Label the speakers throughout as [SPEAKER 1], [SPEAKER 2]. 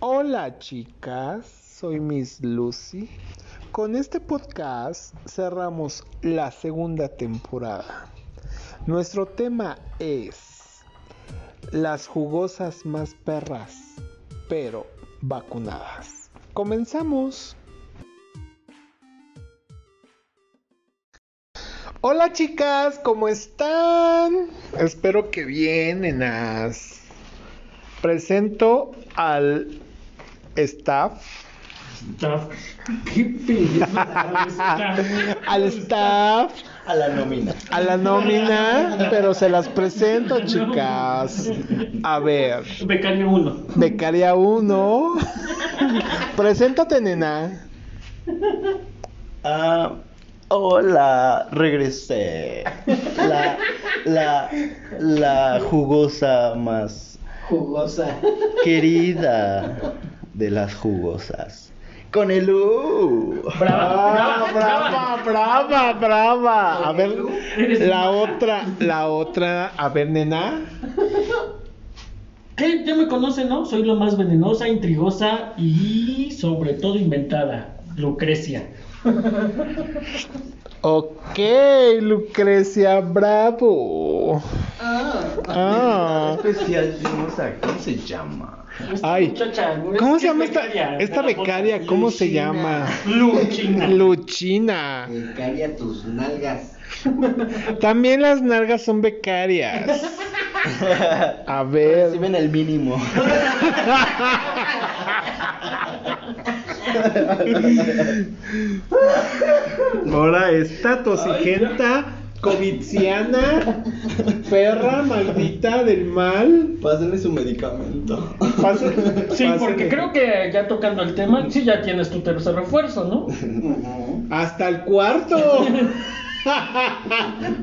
[SPEAKER 1] Hola chicas, soy Miss Lucy. Con este podcast cerramos la segunda temporada. Nuestro tema es las jugosas más perras, pero vacunadas. Comenzamos. Hola chicas, ¿cómo están? Espero que bien, nenas. Presento al staff,
[SPEAKER 2] Staff. Qué pedo.
[SPEAKER 1] al staff,
[SPEAKER 3] A la nómina.
[SPEAKER 1] a la nómina, pero se las presento, chicas. A ver,
[SPEAKER 2] Becario 1.
[SPEAKER 1] becaria 1. Preséntate, nena.
[SPEAKER 3] Ah, hola, regresé. La, la, la jugosa más
[SPEAKER 4] Jugosa.
[SPEAKER 3] querida de las jugosas. Con el U.
[SPEAKER 2] Brava,
[SPEAKER 1] Ah,
[SPEAKER 2] brava,
[SPEAKER 1] brava, brava, brava. A ver, la otra, la otra. A ver, nena.
[SPEAKER 2] ¿Qué? Ya me conocen, ¿no? Soy lo más venenosa, intrigosa y sobre todo inventada. Lucrecia.
[SPEAKER 1] Ok, Lucrecia, bravo. Ah.
[SPEAKER 3] especial tenemos aquí? ¿Cómo se llama?
[SPEAKER 2] Esta
[SPEAKER 1] Ay,
[SPEAKER 2] muchacha,
[SPEAKER 1] ¿Cómo se
[SPEAKER 2] es
[SPEAKER 1] llama esta,
[SPEAKER 2] becaria,
[SPEAKER 1] esta
[SPEAKER 2] de la
[SPEAKER 1] becaria? ¿Cómo se
[SPEAKER 4] Luchina.
[SPEAKER 1] llama?
[SPEAKER 2] bolsa. Luchina.
[SPEAKER 1] Luchina.
[SPEAKER 4] Becaria tus nalgas.
[SPEAKER 1] También las nalgas son becarias. A ver.
[SPEAKER 3] Reciben el mínimo.
[SPEAKER 1] Ahora está tosigenta, covidiana, perra maldita del mal.
[SPEAKER 3] Pásenle su medicamento.
[SPEAKER 1] Pase-
[SPEAKER 2] Sí,
[SPEAKER 1] pase-
[SPEAKER 2] porque creo que ya tocando el tema, sí, ya tienes tu tercer refuerzo, ¿no?
[SPEAKER 1] Hasta el cuarto.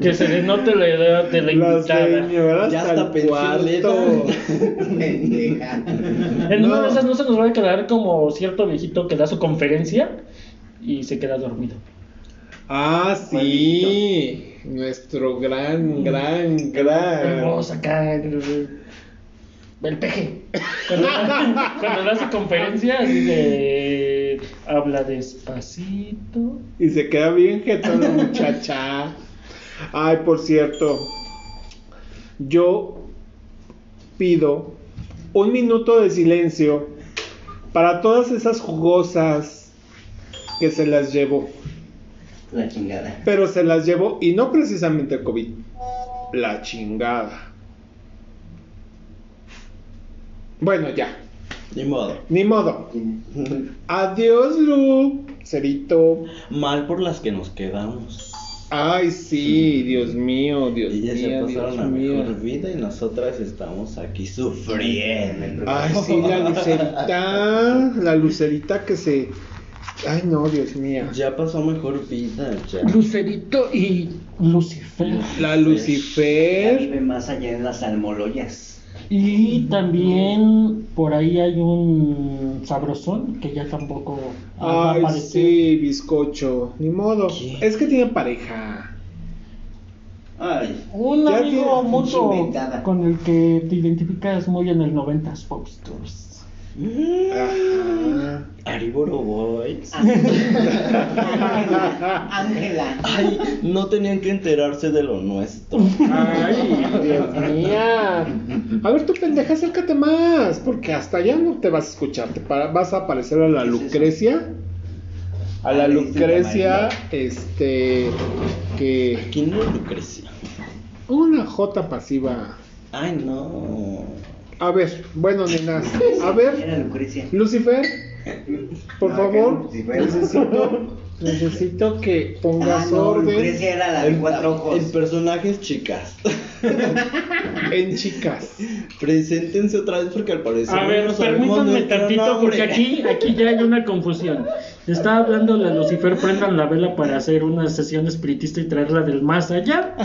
[SPEAKER 2] Que se le note la edad de la
[SPEAKER 1] La
[SPEAKER 2] invitada.
[SPEAKER 1] señora
[SPEAKER 3] Ya
[SPEAKER 1] hasta
[SPEAKER 3] hasta
[SPEAKER 1] el
[SPEAKER 3] pensión le
[SPEAKER 1] cuarto.
[SPEAKER 3] dan.
[SPEAKER 4] Pendeja.
[SPEAKER 2] En una
[SPEAKER 1] No.
[SPEAKER 2] de esas no se nos va a quedar como cierto viejito que da su conferencia y se queda dormido.
[SPEAKER 1] Ah, sí. Nuestro gran, gran, gran.
[SPEAKER 2] Vamos acá. El el peje. Cuando da, cuando da su conferencia, así de. Habla despacito.
[SPEAKER 1] Y se queda bien jetona muchacha. Ay, por cierto, yo pido un minuto de silencio para todas esas jugosas que se las llevo.
[SPEAKER 4] La chingada.
[SPEAKER 1] Pero se las llevo y no precisamente el COVID. La chingada. Bueno, ya.
[SPEAKER 3] Ni modo.
[SPEAKER 1] Ni modo. Adiós, Lu. Cerito.
[SPEAKER 3] Mal por las que nos quedamos.
[SPEAKER 1] Ay, sí, Dios mío, Dios
[SPEAKER 3] Ellas se
[SPEAKER 1] mío,
[SPEAKER 3] pasaron
[SPEAKER 1] Dios
[SPEAKER 3] la
[SPEAKER 1] mío.
[SPEAKER 3] mejor vida y nosotras estamos aquí sufriendo.
[SPEAKER 1] Ay, sí, la lucerita. La lucerita que se. Ay, no, Dios mío.
[SPEAKER 3] Ya pasó mejor vida, ya.
[SPEAKER 2] Lucerito y Lucifer.
[SPEAKER 1] La
[SPEAKER 4] Ya
[SPEAKER 1] Lucifer.
[SPEAKER 4] vive más allá en las almoloyas.
[SPEAKER 2] Y también por ahí hay un sabrosón que ya tampoco va a
[SPEAKER 1] Ay,
[SPEAKER 2] aparecer.
[SPEAKER 1] sí, bizcocho. Ni modo.
[SPEAKER 3] ¿Qué?
[SPEAKER 1] Es que tiene pareja.
[SPEAKER 4] Ay.
[SPEAKER 2] Un
[SPEAKER 1] Ya
[SPEAKER 2] amigo
[SPEAKER 1] tiene
[SPEAKER 2] mutuo
[SPEAKER 4] inventada.
[SPEAKER 2] con el que te identificas muy en el 90s Pop Stars.
[SPEAKER 1] Ajá.
[SPEAKER 3] Ariboro Boys.
[SPEAKER 4] Ángela.
[SPEAKER 3] Ay, no tenían que enterarse de lo nuestro.
[SPEAKER 1] Ay, Dios mía. A ver, tú pendeja, acércate más, porque hasta allá no te vas a escuchar. Te para- vas a parecer a la
[SPEAKER 4] ¿Qué es eso?
[SPEAKER 1] Lucrecia. A la
[SPEAKER 4] Ah, le dicen la
[SPEAKER 1] Lucrecia,
[SPEAKER 4] María.
[SPEAKER 1] este, que...
[SPEAKER 3] ¿Quién no Lucrecia?
[SPEAKER 1] Una J pasiva.
[SPEAKER 3] Ay, no.
[SPEAKER 1] A ver, bueno, nenas. A ver,
[SPEAKER 4] Era Lucrecia.
[SPEAKER 1] Lucifer, por
[SPEAKER 4] No, que
[SPEAKER 1] favor,
[SPEAKER 4] Lucifer.
[SPEAKER 1] necesito, necesito que
[SPEAKER 4] Ah,
[SPEAKER 1] pongas
[SPEAKER 4] no,
[SPEAKER 1] orden
[SPEAKER 4] Lucrecia era la de cuatro ojos.
[SPEAKER 3] El personaje es chicas.
[SPEAKER 1] en chicas.
[SPEAKER 3] Preséntense otra vez porque al parecer.
[SPEAKER 2] A ver,
[SPEAKER 3] no sabemos
[SPEAKER 2] permítanme
[SPEAKER 3] nuestro
[SPEAKER 2] tantito porque
[SPEAKER 3] nombre.
[SPEAKER 2] aquí, aquí ya hay una confusión. Está hablando la Lucifer, prendan la vela para hacer una sesión espiritista y traerla del más allá.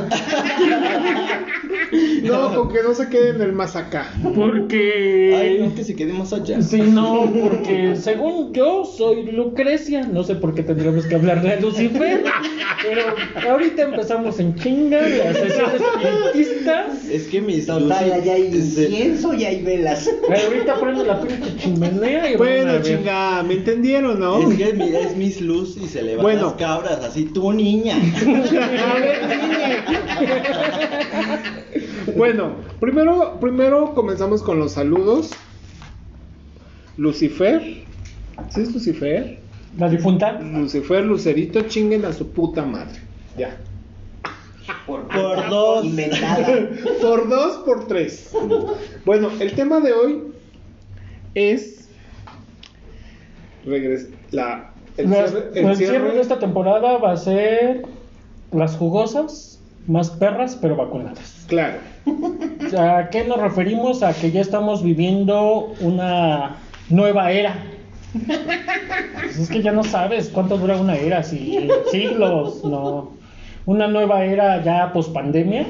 [SPEAKER 1] No, con que no se quede en el más acá.
[SPEAKER 2] Porque.
[SPEAKER 3] Ay, no, que se quede más allá.
[SPEAKER 2] Sí, no, porque según yo soy Lucrecia, no sé por qué tendríamos que hablar de Lucifer, pero ahorita empezamos en chinga las sesiones espiritistas.
[SPEAKER 3] Es que mis
[SPEAKER 4] Total,
[SPEAKER 3] luces-
[SPEAKER 4] allá hay
[SPEAKER 3] se-
[SPEAKER 4] incienso y hay velas.
[SPEAKER 2] Ahorita prendo la pinche chimenea y van a
[SPEAKER 1] Bueno,
[SPEAKER 2] ver.
[SPEAKER 1] chingada, ¿me entendieron, no?
[SPEAKER 3] Es que mira, es mis luz y se le van
[SPEAKER 1] Bueno.
[SPEAKER 3] las cabras, así tú niña.
[SPEAKER 2] A ver, niña.
[SPEAKER 1] Bueno, primero, primero comenzamos con los saludos. Lucifer. ¿Sí es Lucifer?
[SPEAKER 2] La difunta.
[SPEAKER 1] Lucifer, Lucerito, chinguen a su puta madre. Ya.
[SPEAKER 4] Por,
[SPEAKER 3] Por dos.
[SPEAKER 4] Inventada.
[SPEAKER 1] Por dos, por tres. Bueno, el tema de hoy es. regres- la, el,
[SPEAKER 2] Las-
[SPEAKER 1] cierre,
[SPEAKER 2] el cierre de esta temporada va a ser las jugosas, más perras, pero vacunadas.
[SPEAKER 1] Claro.
[SPEAKER 2] ¿A qué nos referimos? A que ya estamos viviendo una nueva era. Pues es que ya no sabes cuánto dura una era, si siglos, no. Una nueva era ya post pandemia.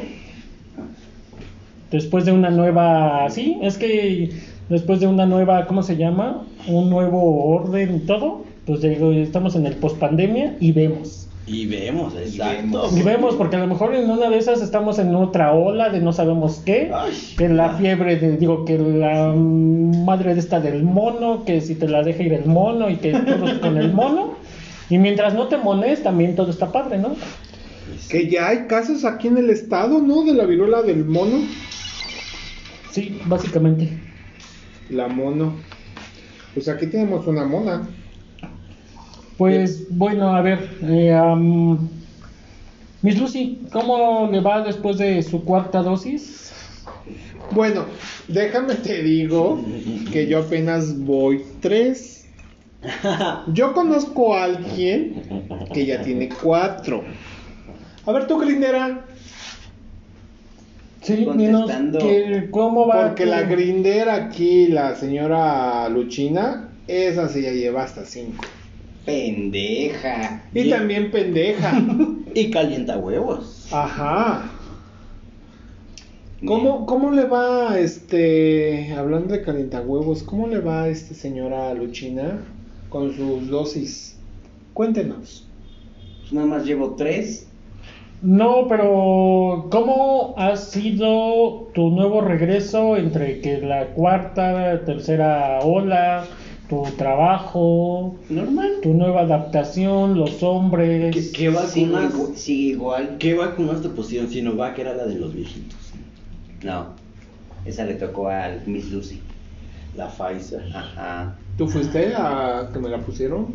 [SPEAKER 2] Después de una nueva. Sí, es que después de una nueva. ¿Cómo se llama? Un nuevo orden y todo. Pues ya digo, estamos en el post pandemia y vemos.
[SPEAKER 3] Y vemos, exacto.
[SPEAKER 4] vemos.
[SPEAKER 2] Y vemos, porque a lo mejor en una de esas estamos en otra ola de no sabemos qué,
[SPEAKER 3] Ay.
[SPEAKER 2] que la fiebre, de, digo, que la mm, madre de esta del mono, que si te la deja ir el mono y que todos con el mono. Y mientras no te mones, también todo está padre, ¿no?
[SPEAKER 1] Que ya hay casos aquí en el estado, ¿no? De la viruela del mono.
[SPEAKER 2] Sí, básicamente.
[SPEAKER 1] La mono. Pues aquí tenemos una mona.
[SPEAKER 2] Pues bueno, a ver, eh, am, Miss Lucy, ¿cómo le va después de su cuarta dosis?
[SPEAKER 1] Bueno, déjame te digo que yo apenas voy tres. Yo conozco a alguien que ya tiene cuatro. A ver tú, Grindera.
[SPEAKER 2] Sí, dinos
[SPEAKER 4] Contestando.
[SPEAKER 2] que- cómo va.
[SPEAKER 1] Porque la
[SPEAKER 2] tu-
[SPEAKER 1] Grindera aquí, la señora Luchina, esa sí ya lleva hasta cinco.
[SPEAKER 4] Pendeja.
[SPEAKER 1] Y
[SPEAKER 3] Bien.
[SPEAKER 1] también pendeja.
[SPEAKER 3] Y calienta huevos.
[SPEAKER 1] Ajá. ¿Cómo, ¿Cómo le va, este, hablando de calientahuevos, cómo le va a este señora Luchina con sus dosis? Cuéntenos.
[SPEAKER 4] Pues nada más llevo tres.
[SPEAKER 2] No, pero ¿cómo ha sido tu nuevo regreso entre que la cuarta, tercera ola, tu trabajo,
[SPEAKER 3] Normal.
[SPEAKER 2] tu nueva adaptación, los
[SPEAKER 3] ¿Qué,
[SPEAKER 2] hombres?
[SPEAKER 3] qué
[SPEAKER 4] Sigue,
[SPEAKER 3] vacunas?
[SPEAKER 4] igu- sigue igual.
[SPEAKER 3] ¿Qué vacunas te pusieron? Sinovac era la de los viejitos.
[SPEAKER 4] No. Esa le tocó al Miss Lucy.
[SPEAKER 3] La Pfizer. Ah.
[SPEAKER 4] Ajá.
[SPEAKER 1] ¿Tú fuiste a que me la pusieron?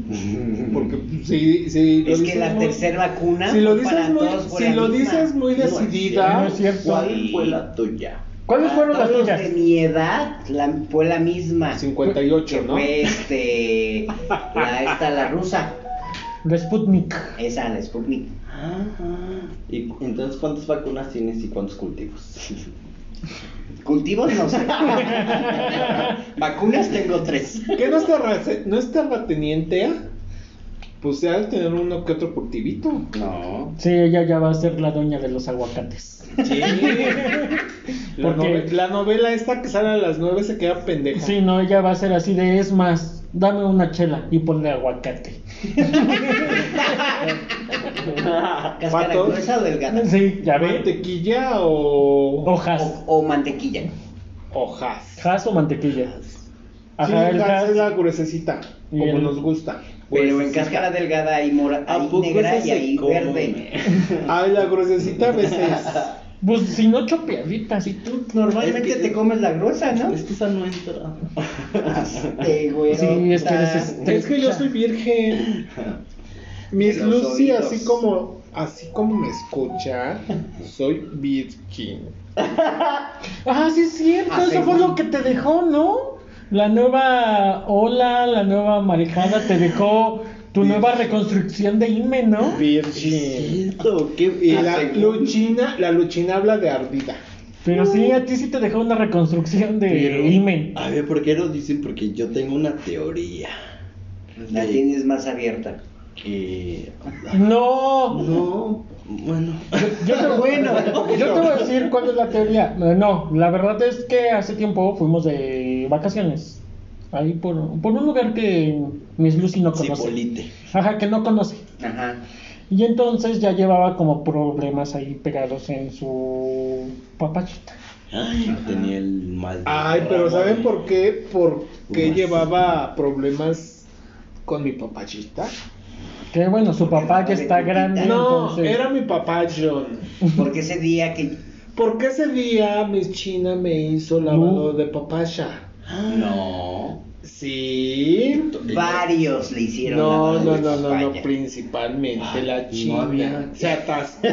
[SPEAKER 1] Porque si, si lo
[SPEAKER 4] Es que
[SPEAKER 1] dices
[SPEAKER 4] la
[SPEAKER 1] muy-
[SPEAKER 4] tercera vacuna.
[SPEAKER 1] si lo
[SPEAKER 4] fue para
[SPEAKER 1] dices muy,
[SPEAKER 4] todos fue
[SPEAKER 1] si
[SPEAKER 4] la
[SPEAKER 1] lo
[SPEAKER 4] misma.
[SPEAKER 1] dices muy
[SPEAKER 3] No es
[SPEAKER 1] decidida,
[SPEAKER 2] No es cierto.
[SPEAKER 3] ¿Cuál fue la tuya?
[SPEAKER 2] ¿Cuáles
[SPEAKER 4] Para
[SPEAKER 2] fueron las
[SPEAKER 4] todos
[SPEAKER 2] tuyas?
[SPEAKER 4] De mi edad la- fue la misma.
[SPEAKER 1] 58,
[SPEAKER 4] que
[SPEAKER 1] ¿no?
[SPEAKER 4] fue este. La, esta, la rusa.
[SPEAKER 2] De Sputnik.
[SPEAKER 4] Esa, la Sputnik.
[SPEAKER 3] ¿Y cu- entonces cuántas vacunas tienes y cuántos cultivos?
[SPEAKER 4] Cultivos no sé. Vacunas tengo tres.
[SPEAKER 1] ¿Qué no es terrace- no es terrateniente? ah? Pues se ha de tener uno que otro cultivito.
[SPEAKER 3] No.
[SPEAKER 2] Sí, ella ya va a ser la doña de los aguacates.
[SPEAKER 3] Sí.
[SPEAKER 1] La,
[SPEAKER 2] Porque-
[SPEAKER 1] nove- la novela esta que sale a las 9 se queda pendeja.
[SPEAKER 2] Sí, no, ella va a ser así de es más, dame una chela y ponle aguacate.
[SPEAKER 4] Cáscara
[SPEAKER 1] Pato.
[SPEAKER 4] gruesa o delgada.
[SPEAKER 2] Sí, ya ve.
[SPEAKER 1] ¿Mantequilla o
[SPEAKER 2] Hojas.
[SPEAKER 4] O, o mantequilla.
[SPEAKER 1] hojas?
[SPEAKER 2] ¿Jas o mantequilla?
[SPEAKER 1] sí,
[SPEAKER 2] Ajá, el
[SPEAKER 1] la,
[SPEAKER 2] gas.
[SPEAKER 1] es la gruesecita,
[SPEAKER 2] Y
[SPEAKER 1] como
[SPEAKER 2] el-
[SPEAKER 1] nos gusta.
[SPEAKER 4] Pero en
[SPEAKER 1] Gruesecita.
[SPEAKER 4] cáscara delgada hay, mora,
[SPEAKER 3] ¿A
[SPEAKER 4] hay
[SPEAKER 3] poco
[SPEAKER 4] negra
[SPEAKER 3] esa
[SPEAKER 4] y
[SPEAKER 3] se
[SPEAKER 4] hay
[SPEAKER 3] come?
[SPEAKER 4] verde.
[SPEAKER 1] Ay, la gruesecita a veces.
[SPEAKER 2] Pues si no chopeaditas y tú.
[SPEAKER 4] Normalmente
[SPEAKER 3] Es que-
[SPEAKER 4] te comes la gruesa, ¿no?
[SPEAKER 3] Es que esa no entra.
[SPEAKER 4] Este, güero,
[SPEAKER 2] Sí, es que eres
[SPEAKER 4] ta-
[SPEAKER 2] este-
[SPEAKER 1] es que yo soy virgen. Mis
[SPEAKER 4] De los
[SPEAKER 1] Lucy,
[SPEAKER 4] oídos.
[SPEAKER 1] así como, así como me escucha, soy virgen.
[SPEAKER 2] Ah, sí es cierto,
[SPEAKER 4] Ah,
[SPEAKER 2] eso
[SPEAKER 4] sí.
[SPEAKER 2] fue lo que te dejó, ¿no? La nueva ola, la nueva marejada te dejó tu nueva reconstrucción de Ime, ¿no?
[SPEAKER 1] Virgen.
[SPEAKER 3] Esto, qué
[SPEAKER 1] Y la
[SPEAKER 3] hace-
[SPEAKER 1] luchina, la luchina habla de ardida.
[SPEAKER 2] Pero sí, a ti sí te dejó una reconstrucción de
[SPEAKER 3] Pero-
[SPEAKER 2] Imen.
[SPEAKER 3] A ver, ¿por qué lo dicen? Porque yo tengo una teoría.
[SPEAKER 4] La
[SPEAKER 3] De-
[SPEAKER 4] tienes más abierta.
[SPEAKER 3] Y.
[SPEAKER 2] No.
[SPEAKER 3] No. Bueno.
[SPEAKER 2] Yo te, yo te voy a decir cuál es la teoría. Eh, No, la verdad es que hace tiempo fuimos de vacaciones. Ahí por, por un lugar que Miss Lucy no conoce.
[SPEAKER 3] Cipolite.
[SPEAKER 2] Ajá, que no conoce.
[SPEAKER 4] Ajá.
[SPEAKER 2] Y entonces ya llevaba como problemas ahí pegados en su papachita.
[SPEAKER 3] Ay, tenía el mal.
[SPEAKER 1] Ay, pero ¿saben por qué? Porque
[SPEAKER 3] Ujú.
[SPEAKER 1] llevaba problemas con mi papachita.
[SPEAKER 2] Que bueno, su papá ya está grande.
[SPEAKER 1] No,
[SPEAKER 2] entonces-
[SPEAKER 1] era mi papá John.
[SPEAKER 4] Porque ese día que.
[SPEAKER 1] Porque ese día Miss China me hizo lavado de papacha.
[SPEAKER 3] Ah,
[SPEAKER 4] No.
[SPEAKER 1] Sí.
[SPEAKER 4] Varios le hicieron.
[SPEAKER 1] No,
[SPEAKER 4] la
[SPEAKER 1] no,
[SPEAKER 4] madre
[SPEAKER 1] no,
[SPEAKER 4] de
[SPEAKER 1] no, no,
[SPEAKER 4] España.
[SPEAKER 1] principalmente la
[SPEAKER 3] no
[SPEAKER 1] China.
[SPEAKER 3] había.
[SPEAKER 1] Se atascó.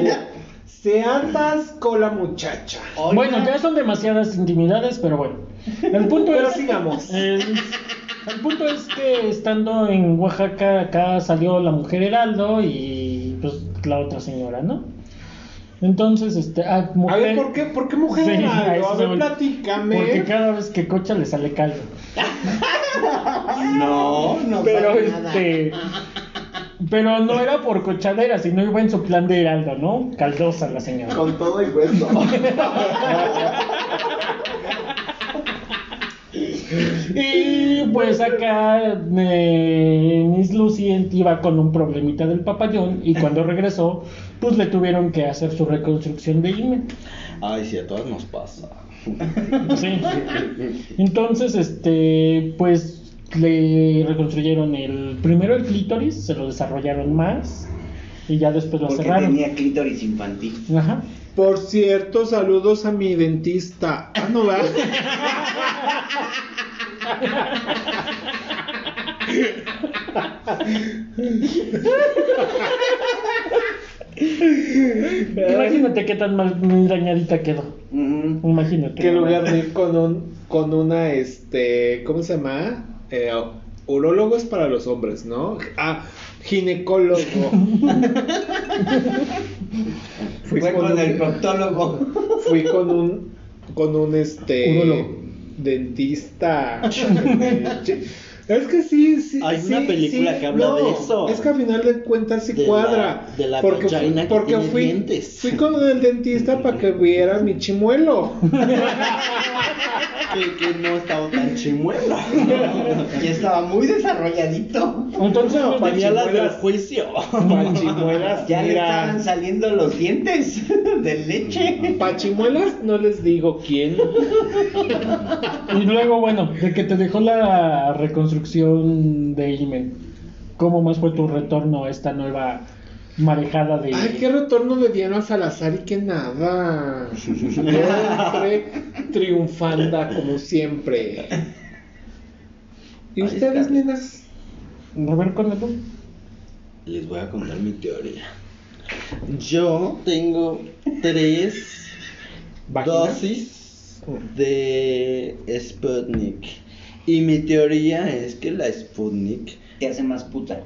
[SPEAKER 1] Se atascó la muchacha.
[SPEAKER 4] Oiga,
[SPEAKER 2] Bueno, ya son demasiadas intimidades, pero bueno. El punto
[SPEAKER 1] Pero
[SPEAKER 2] es.
[SPEAKER 1] sigamos.
[SPEAKER 2] El, el punto es que estando en Oaxaca, acá salió la mujer Heraldo y pues la otra señora, ¿no? Entonces, este. ah,
[SPEAKER 1] A
[SPEAKER 2] mujer-
[SPEAKER 1] ver, ¿por qué? ¿Por qué mujer?
[SPEAKER 2] Sí, a
[SPEAKER 1] Aldo? a
[SPEAKER 2] eso se
[SPEAKER 1] ver,
[SPEAKER 2] voy. Porque
[SPEAKER 1] platícame.
[SPEAKER 2] cada vez que cocha le sale caldo.
[SPEAKER 4] No, no
[SPEAKER 2] Pero
[SPEAKER 4] sabe nada.
[SPEAKER 2] este. Pero no era por cochadera, sino iba en su plan de Heraldo, ¿no? Caldosa la señora.
[SPEAKER 3] Con todo y hueso.
[SPEAKER 2] Y pues acá eh, Miss Lucy iba con un problemita del papayón y cuando regresó, pues le tuvieron que hacer su reconstrucción de IME.
[SPEAKER 3] Ay, sí, a todas nos pasa.
[SPEAKER 2] Sí. Entonces, este, pues le reconstruyeron el primero el clítoris, se lo desarrollaron más y ya después lo
[SPEAKER 4] Porque
[SPEAKER 2] cerraron.
[SPEAKER 4] tenía clítoris infantil.
[SPEAKER 2] Ajá.
[SPEAKER 1] Por cierto, saludos a mi dentista. Ah, no, ¿verdad?
[SPEAKER 2] Imagínate qué tan mal dañadita quedó.
[SPEAKER 4] Ujú.
[SPEAKER 2] Imagínate.
[SPEAKER 1] que en lugar de ir con un con una este cómo se llama Eh, urólogo es para los hombres no ah ginecólogo fui
[SPEAKER 4] Fue
[SPEAKER 1] con,
[SPEAKER 4] con el
[SPEAKER 1] un,
[SPEAKER 4] proctólogo.
[SPEAKER 1] fui con un con un este
[SPEAKER 2] Urólogo.
[SPEAKER 1] dentista es que sí, sí
[SPEAKER 3] Hay
[SPEAKER 1] sí,
[SPEAKER 3] una película
[SPEAKER 1] sí,
[SPEAKER 3] que habla
[SPEAKER 1] no,
[SPEAKER 3] de eso.
[SPEAKER 1] es que al final de cuentas sí
[SPEAKER 3] De la-
[SPEAKER 1] cuadra
[SPEAKER 3] de la
[SPEAKER 1] porque
[SPEAKER 3] vagina que
[SPEAKER 1] porque
[SPEAKER 3] tiene
[SPEAKER 1] fui
[SPEAKER 3] dientes.
[SPEAKER 1] fui con el dentista para que viera mi chimuelo
[SPEAKER 3] que, que no estaba tan chimuelo.
[SPEAKER 4] Ya estaba muy desarrolladito.
[SPEAKER 2] Entonces,
[SPEAKER 1] No,
[SPEAKER 2] pues,
[SPEAKER 3] Tenía las del
[SPEAKER 1] Pachimuelas.
[SPEAKER 3] juicio.
[SPEAKER 1] Pachimuelas,
[SPEAKER 4] Ya le
[SPEAKER 1] mira.
[SPEAKER 4] estaban saliendo los dientes de leche.
[SPEAKER 1] Pachimuelas, no les digo quién.
[SPEAKER 2] Y luego, bueno, de que te dejó la reconstrucción de Imen, ¿cómo más fue tu retorno a esta nueva marejada de...
[SPEAKER 1] Ay, qué retorno le dieron a Salazar y que nada. Siempre triunfanda como siempre. ¿Y
[SPEAKER 3] Ahí
[SPEAKER 1] ustedes,
[SPEAKER 3] está.
[SPEAKER 1] nenas?
[SPEAKER 2] A ver, cuéntalo.
[SPEAKER 3] Les voy a contar mi teoría. Yo tengo tres
[SPEAKER 1] ¿Vagina?
[SPEAKER 3] dosis de Sputnik. Y mi teoría es que la Sputnik,
[SPEAKER 4] Te hace más puta.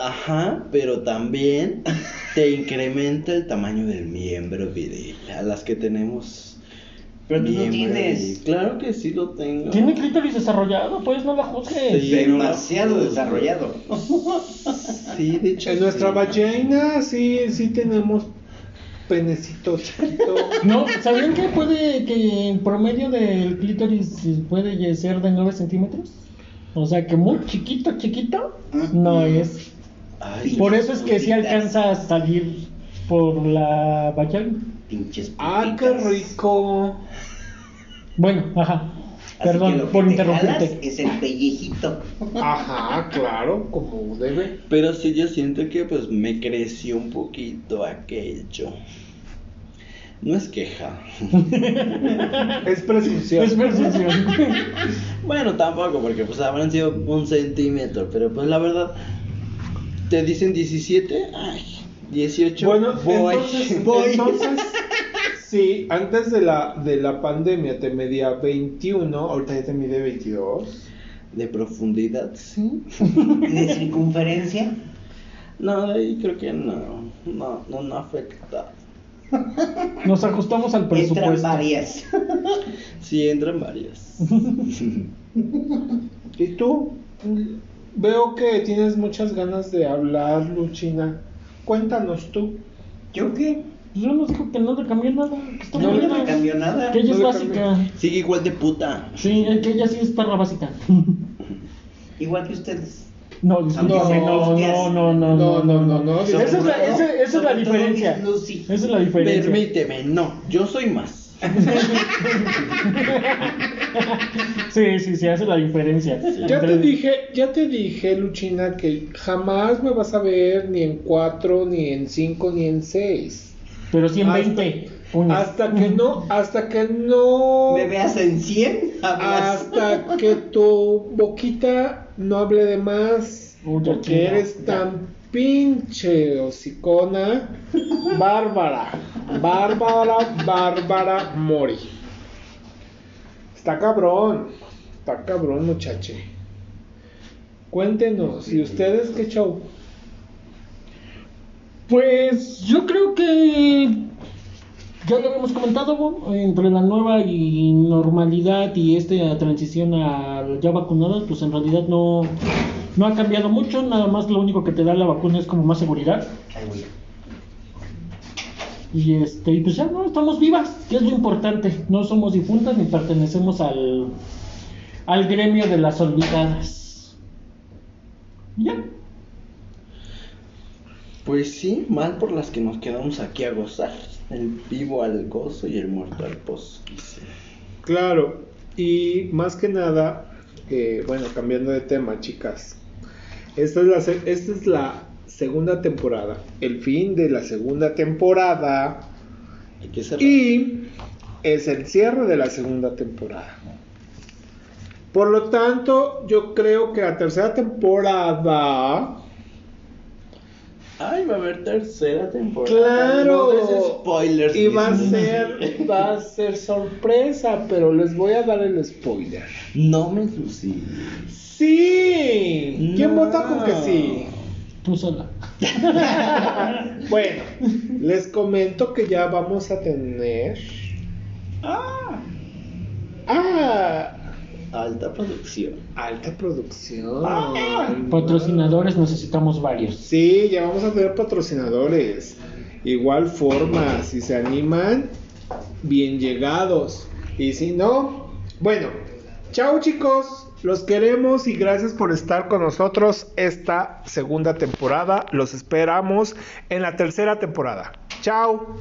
[SPEAKER 3] ajá, pero también te incrementa el tamaño del miembro viril. A las que tenemos.
[SPEAKER 4] Pero tú no
[SPEAKER 3] miembro
[SPEAKER 4] tienes.
[SPEAKER 3] viril. Claro que sí lo tengo.
[SPEAKER 2] Tiene clítoris desarrollado, pues no la juzgues.
[SPEAKER 3] Sí.
[SPEAKER 4] Demasiado
[SPEAKER 3] no.
[SPEAKER 4] desarrollado.
[SPEAKER 1] Ah,
[SPEAKER 3] Sí, de hecho.
[SPEAKER 1] En nuestra
[SPEAKER 3] sí.
[SPEAKER 1] vagina sí, sí tenemos penecito chiquito.
[SPEAKER 2] No, ¿sabían que puede, que el promedio del clítoris puede ser de 9 centímetros? O sea que muy chiquito, chiquito,
[SPEAKER 4] Ah.
[SPEAKER 2] no es.
[SPEAKER 3] Ay,
[SPEAKER 2] Por eso es que sí alcanza a salir por la vagina.
[SPEAKER 4] Pinches
[SPEAKER 1] ¡Ah, qué
[SPEAKER 4] putitas.
[SPEAKER 1] rico!
[SPEAKER 2] Bueno, ajá.
[SPEAKER 4] Así que
[SPEAKER 2] Perdón
[SPEAKER 4] lo
[SPEAKER 2] por
[SPEAKER 4] que te jalas
[SPEAKER 2] interrumpirte.
[SPEAKER 4] Es el pellejito.
[SPEAKER 1] Ajá, claro, como debe.
[SPEAKER 3] Pero sí, yo siento que pues me creció un poquito aquello. No es queja.
[SPEAKER 1] Es presunción.
[SPEAKER 2] Es percepción.
[SPEAKER 3] Bueno, tampoco, porque pues habrán sido un centímetro. Pero pues la verdad, te dicen 17, ay, 18.
[SPEAKER 1] Bueno,
[SPEAKER 3] voy,
[SPEAKER 1] entonces,
[SPEAKER 3] voy.
[SPEAKER 1] entonces, sí, antes de la, de la pandemia te medía 21, ahorita ya te mide 22.
[SPEAKER 3] De profundidad, sí.
[SPEAKER 4] De circunferencia.
[SPEAKER 3] No, de ahí creo que no. No, no, no afecta.
[SPEAKER 2] Nos ajustamos al
[SPEAKER 4] Entran
[SPEAKER 2] presupuesto.
[SPEAKER 4] varias.
[SPEAKER 3] Sí, entran varias.
[SPEAKER 1] ¿Y tú? Veo que tienes muchas ganas de hablar, Luchina. Cuéntanos tú.
[SPEAKER 4] ¿Yo qué?
[SPEAKER 2] Pues yo no digo que no te cambié nada. Que está
[SPEAKER 4] No,
[SPEAKER 2] muy
[SPEAKER 4] no
[SPEAKER 2] buena.
[SPEAKER 4] me cambió nada.
[SPEAKER 2] Que ella es
[SPEAKER 1] No le
[SPEAKER 2] básica.
[SPEAKER 3] Sigue igual de puta.
[SPEAKER 2] Sí, es que ella sí es perra básica.
[SPEAKER 4] Igual que ustedes.
[SPEAKER 2] No, discúlpame, no, no, no, no,
[SPEAKER 1] No, no, no, no.
[SPEAKER 2] Esa es la,
[SPEAKER 4] Sobre
[SPEAKER 2] esa- esa es la
[SPEAKER 4] todo
[SPEAKER 2] diferencia.
[SPEAKER 4] Miss Lucy.
[SPEAKER 2] Esa es la diferencia.
[SPEAKER 3] Permíteme, no, yo soy más.
[SPEAKER 2] Sí, sí, sí, hace la diferencia.
[SPEAKER 1] Ya te
[SPEAKER 2] Entre-
[SPEAKER 1] dije, ya te dije, Luchina, que jamás me vas a ver ni en 4, ni en 5, ni en 6.
[SPEAKER 2] Pero sí en
[SPEAKER 1] Hasta-
[SPEAKER 2] 20. uñas.
[SPEAKER 1] Hasta que no, hasta que no,
[SPEAKER 4] Me veas en 100, hablas.
[SPEAKER 1] hasta que tu boquita no hable de más,
[SPEAKER 2] Uy, ya
[SPEAKER 1] porque
[SPEAKER 2] chinga,
[SPEAKER 1] eres
[SPEAKER 2] ya.
[SPEAKER 1] tan pinche hocicona, bárbara, bárbara, bárbara, mori. Está cabrón, está cabrón, muchache. Cuéntenos, ¿y ustedes qué show?
[SPEAKER 2] Pues yo creo que ya lo habíamos comentado ¿no? entre la nueva y normalidad y esta transición a ya vacunadas, pues en realidad no, no ha cambiado mucho, nada más lo único que te da la vacuna es como más seguridad.
[SPEAKER 4] Ay, güey.
[SPEAKER 2] Y este, y pues ya no, estamos vivas, que es lo importante. No somos difuntas ni pertenecemos al, al gremio de las olvidadas. Ya.
[SPEAKER 3] Pues sí, mal por las que nos quedamos aquí a gozar. El vivo al gozo y el muerto al pozo.
[SPEAKER 1] Claro, y más que nada, eh, bueno, cambiando de tema, chicas. Esta es, la, se- esta es la segunda temporada, el fin de la segunda temporada
[SPEAKER 3] Hay que cerrar.
[SPEAKER 1] y es el cierre de la segunda temporada. Por lo tanto, yo creo que la tercera temporada
[SPEAKER 3] Ay, va a haber tercera temporada.
[SPEAKER 1] Claro.
[SPEAKER 3] No des spoilers.
[SPEAKER 1] y va a
[SPEAKER 3] Disney.
[SPEAKER 1] ser va a ser sorpresa, pero les voy a dar el spoiler.
[SPEAKER 3] No me suicides.
[SPEAKER 1] Sí. ¿Quién
[SPEAKER 3] No.
[SPEAKER 1] vota con que sí?
[SPEAKER 2] Tú sola.
[SPEAKER 1] Bueno, les comento que ya vamos a tener.
[SPEAKER 3] Ah.
[SPEAKER 1] ¡Ah!
[SPEAKER 3] Alta producción.
[SPEAKER 1] Alta producción.
[SPEAKER 3] Ah.
[SPEAKER 2] Patrocinadores necesitamos varios.
[SPEAKER 1] Sí, ya vamos a tener patrocinadores. Igual forma, si se animan, bien llegados. Y si no, bueno, chao chicos, los queremos y gracias por estar con nosotros esta segunda temporada. Los esperamos en la tercera temporada. Chao.